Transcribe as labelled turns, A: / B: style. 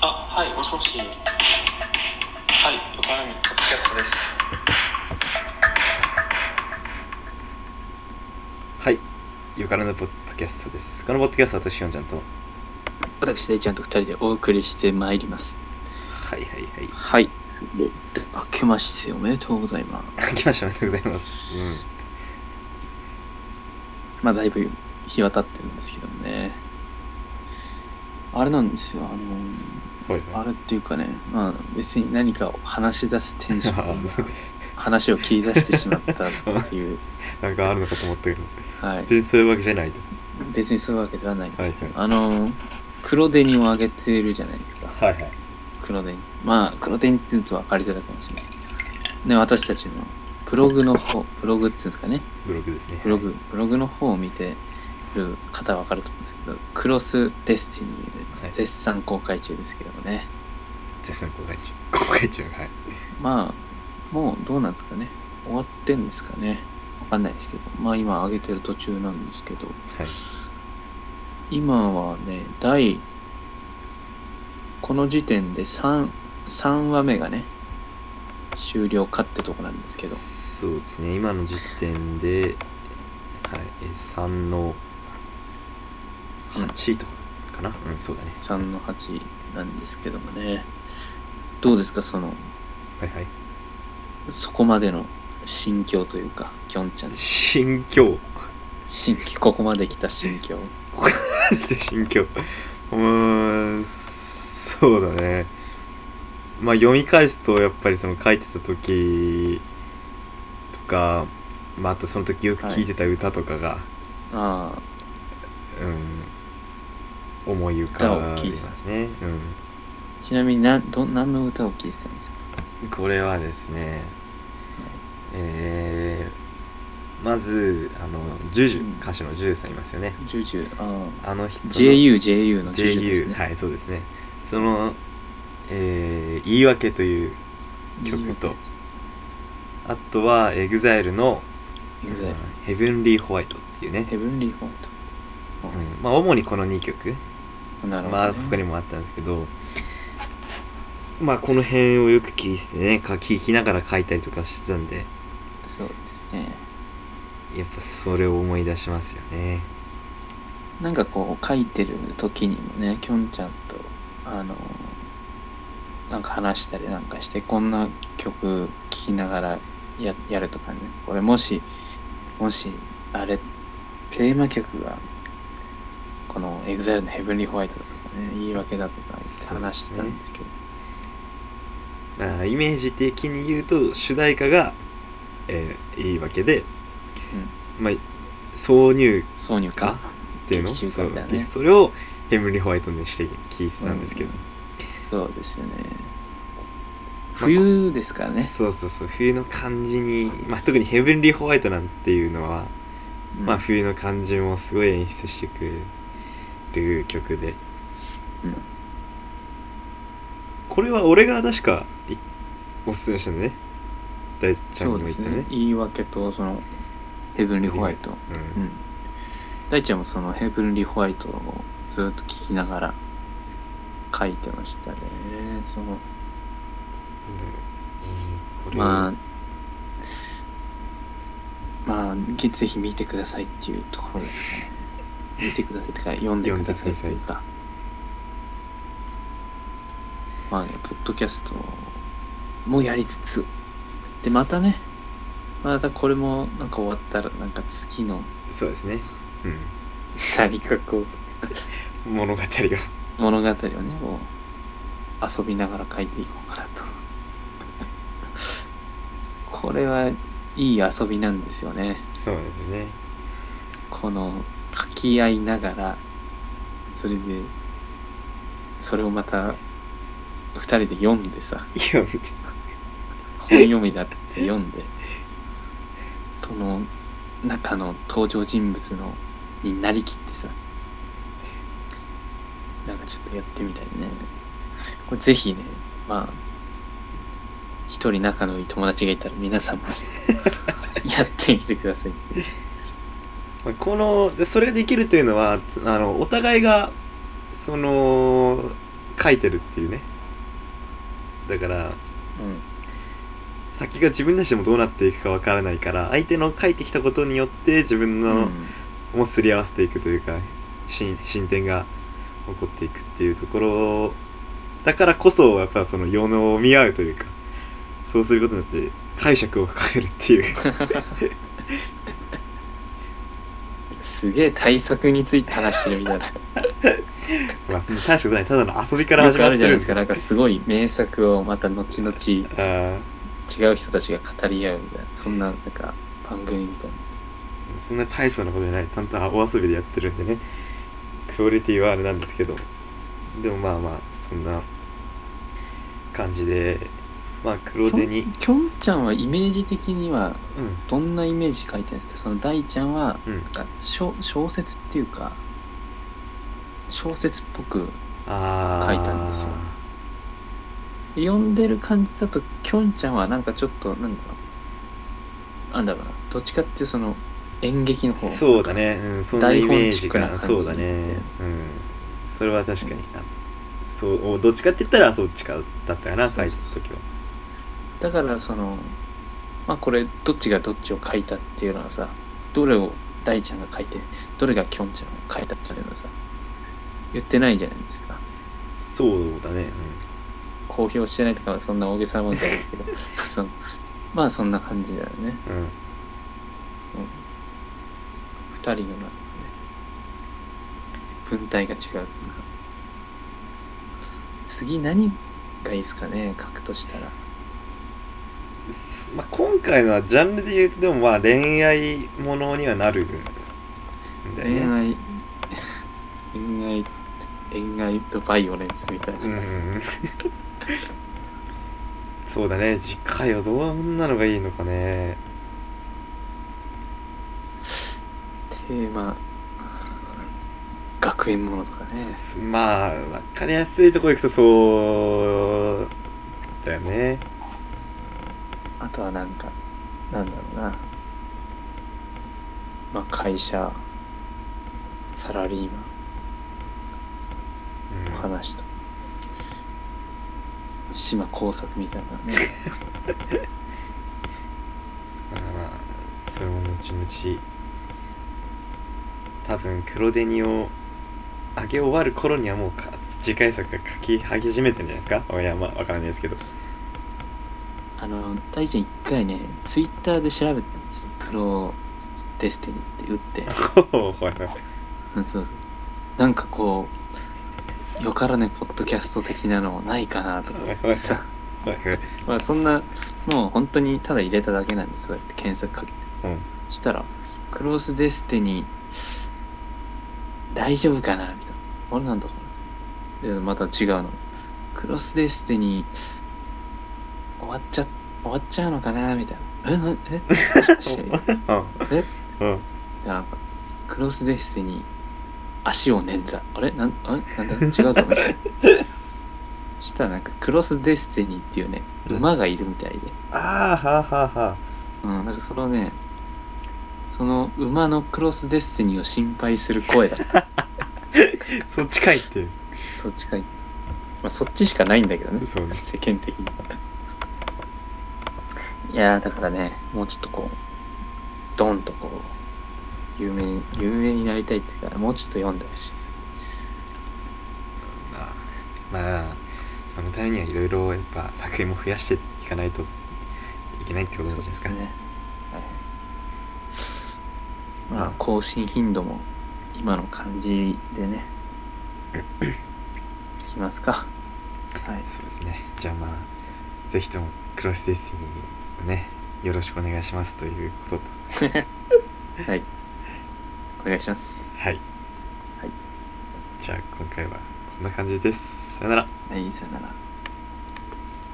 A: はい、もしもし。はい、横波ポッドキャストです。
B: はい。よからぬポッドキャストです。このポッドキャストは私、ヨンちゃんと。は
C: 私、大ちゃんと二人でお送りしてまいります。
B: いはいはい。
C: はい。で、明けましておめでとうございます。
B: 書きました。おめでとうござい ます。うん。
C: まあ、だいぶ日は経ってるんですけどもね。あれなんですよ、あ
B: はい
C: の、あ
B: はい。
C: れっていうかね、まあ、別に何かを話し出すテンション
B: あ
C: が、話を切り出してしまったっていう、
B: なんかあるのかと思ったけど、
C: はい。
B: 別に そういうわけじゃないと。
C: 別にそういうわけではないんですけど、
B: は
C: あの、黒デニをあげてるじゃないですか。
B: はいはい。
C: 黒電まあ黒電って言うと分かりづらいかもしれないですけどね私たちのブログの方ブログっていうんですかね
B: ブログですね。
C: ブログブログの方を見てる方は分かると思うんですけどクロスデスティニー
B: は
C: で
B: い
C: 絶賛公開中ですけどもね、
B: 絶賛公開中。公開中。はい。
C: まあもうどうなんですかね終わってんですかね分かんないですけどまあ今上げてる途中なんですけど
B: はい。
C: 今はね第この時点で 3, 3話目がね終了かってとこなんですけど
B: そうですね。今の時点で、はい。え3の8とかかな。うん、そうだね。
C: 3の8なんですけどもねどうですかその
B: はいはい。
C: そこまでの心境というかきょんちゃんの
B: 心境。
C: 心ここまで来た心境
B: で心境うーんそうだねまあ読み返すとやっぱりその書いてた時とか、まあ、あとその時よく聴いてた歌とかが、
C: あ
B: うん思い浮かびますね、
C: あちなみになど何の歌を聴いてたんですか
B: うん、これはですねえー、まずあのジュジ
C: うん
B: ュ歌手のジュジュさんいますよね
C: ジュジュあ
B: あの人
C: あ
B: の
C: JUJU のジュジュです
B: JU、
C: ね、
B: はいそうですねその、えー言い訳という曲とあとは EXILE の「ヘブンリーホワイト」っていうね、
C: ヘブンリーホン
B: う
C: ト、
B: んまあ、主にこの2曲、
C: なるほど、ね
B: まあ他にもあったんですけどまあこの辺をよく聴いてねか聴きながら書いたりとかしてたんで
C: そうですね
B: やっぱそれを思い出しますよね
C: なんかこう書いてる時にもねきょんちゃんとあのなんか話したりなんかしてこんな曲聴きながらややるとかねこれもしもしあれテーマ曲がこの EXILE の「ヘブンリーホワイト」だとかね言い訳だとか言って話してたんですけど
B: まあイメージ的に言うと主題歌が、えー言い訳で、まあ挿入
C: 挿入歌
B: っていうの
C: 劇中歌みたいなね
B: そうそれをヘブンリーホワイトにして聞いてたんですけど、
C: そうですよね
B: まあ
C: 冬ですからね、
B: そうそうそう冬の感じに、まあ、特にヘブンリーホワイトなんていうのは、
C: うん
B: まあ、冬の感じもすごい演出してくれる曲で、
C: うん
B: これは俺が確かいおすすめしたんだね大ちゃんにも
C: そうで
B: 言っ
C: す
B: た
C: ね
B: ね
C: 言い訳とそのヘブンリーホワイト
B: う
C: うんん大ちゃんもそのヘブンリーホワイトをずっと聞きながら書いてましたねその
B: うんこれ
C: まあまあげぜひ見てくださいっていうところですかね見てくださいってか読んでくださいっていうかまあねポッドキャストもやりつつでまたねまたこれもなんか終わったらなんか次 の
B: そうですね、
C: 何かこう
B: うん、物語が
C: 物語をねこう遊びながら書いていこうかな とこれはいい遊びなんですよね
B: そうですね
C: この書き合いながらそれでそれをまた2人で読んでさ
B: いや見て
C: 本読みだっつって読んでその中の登場人物のになりきってさなんかちょっとやってみたいねこれぜひねまあ一人仲のいい友達がいたら皆さんも やってみてくださいっていう
B: まあこのでそれができるというのはつあのお互いがその書いてるっていうねだから
C: うん
B: 先が自分たちでもどうなっていくかわからないから相手の書いてきたことによって自分
C: う
B: の
C: ん
B: もすり合わせていくというか進進展が起こっていくっていうところだからこそやっぱその世の見合うというかそうすることによって解釈を変えるっていう
C: すげえ対策について話してるみたいなよ
B: まあ大したことないただの遊びから始
C: く
B: ま
C: あ
B: って
C: るじゃない
B: る
C: ですかなんかすごい名作をまた後々違
B: あー
C: う人たちが語り合うみたいなそんななんか番組みたいな
B: そんな大層なことじゃない、ちゃんとお遊びでやってるんでね、クオリティはあれなんですけど、でもまあまあ、そんな感じで、まあ、黒手に、
C: きょんちゃんはイメージ的には
B: う
C: どんなイメージ書いてるんですかその大ちゃんは
B: ん、うん、
C: なんか小小説っていうか小説っぽく
B: あー、
C: 書いたんですよ読んでる感じだときょんちゃんはなんかちょっとなんだろうなんだろうなどっちかっていうその演劇の方
B: そうだね、うん、そんなイメージか
C: 台本チックな感じ
B: そうだね、うん、それは確かにな、そう、おどっちかって言ったらそっちかだったかな、書いてた時は。
C: だからそのまあこれどっちがどっちを書いたっていうのはさどれを大ちゃんが書いてどれがきょんちゃんを書いたっていうのはさ言ってないじゃないですか
B: そうだね、
C: 公表してないとかはそんな大げさなもんじゃないけど そのまあそんな感じだよね、
B: うん、うん。
C: うん、二人のなんかね文体が違うっていうか次何がいいですかね書くとしたら
B: すまあ、今回のはジャンルで言うとでもまあ恋愛ものにはなるんだよ
C: 恋
B: ね。
C: 愛恋愛恋愛とバイオレンスみたいな、
B: うんうんうん、そうだね次回はどんなのがいいのかね
C: テーマ学園ものとかね
B: すまあ分かりやすいとこ行くとそうだよね
C: あとはなんかなんだろうなまあ会社サラリーマンの話と島工作みたいなね
B: まあまあそれも後々多分黒デニを上げ終わる頃にはもうか次回作が書き始めてるんじゃないですかいやまあ分からないですけど
C: あの大臣一回ねツイッターで調べたんですクローデスティニーって打って
B: ほほいほい
C: うん そうそうなんかこうよからぬポッドキャスト的なのないかなとか思ってさ
B: はいはい
C: まあそんなもう本当にただ入れただけなんですそうやって検索かけて
B: うん
C: したら「クロスデスティニー大丈夫かな?」みたいな「あれなんだこれ」でまた違うの「クロスデスティニー終わっちゃ終わっちゃうのかな?」みたいな「えなえ もしかしてえ
B: うんうん
C: いやなんかクロスデッセに足を捻挫あれなんあれなんだ違うぞみた いなしたらなんかクロスデッセニーっていうね
B: うん
C: 馬がいるみたいで、
B: ああはあはあはあ
C: うん、なんかそのねその馬のクロスデッセニーを心配する声 だった
B: そっちかいっていう
C: そっちかい、まあ、そっちしかないんだけどね
B: そうね
C: 世間的に いやーだからねもうちょっとこうドンとこう有名に有名になりたいっていうかもうちょっと読んでほしい
B: まあまあそのためにはいろいろやっぱ作品も増やしていかないといけないってことじゃないですか
C: ね。はい、まあ更新頻度も今の感じで ね聞きますかはい
B: そうですねじゃあまあぜひともクロスディスティニーをねよろしくお願いしますということと
C: はいお願いします
B: はい、
C: はい、
B: じゃあ今回はこんな感じですさよなら
C: はいさよなら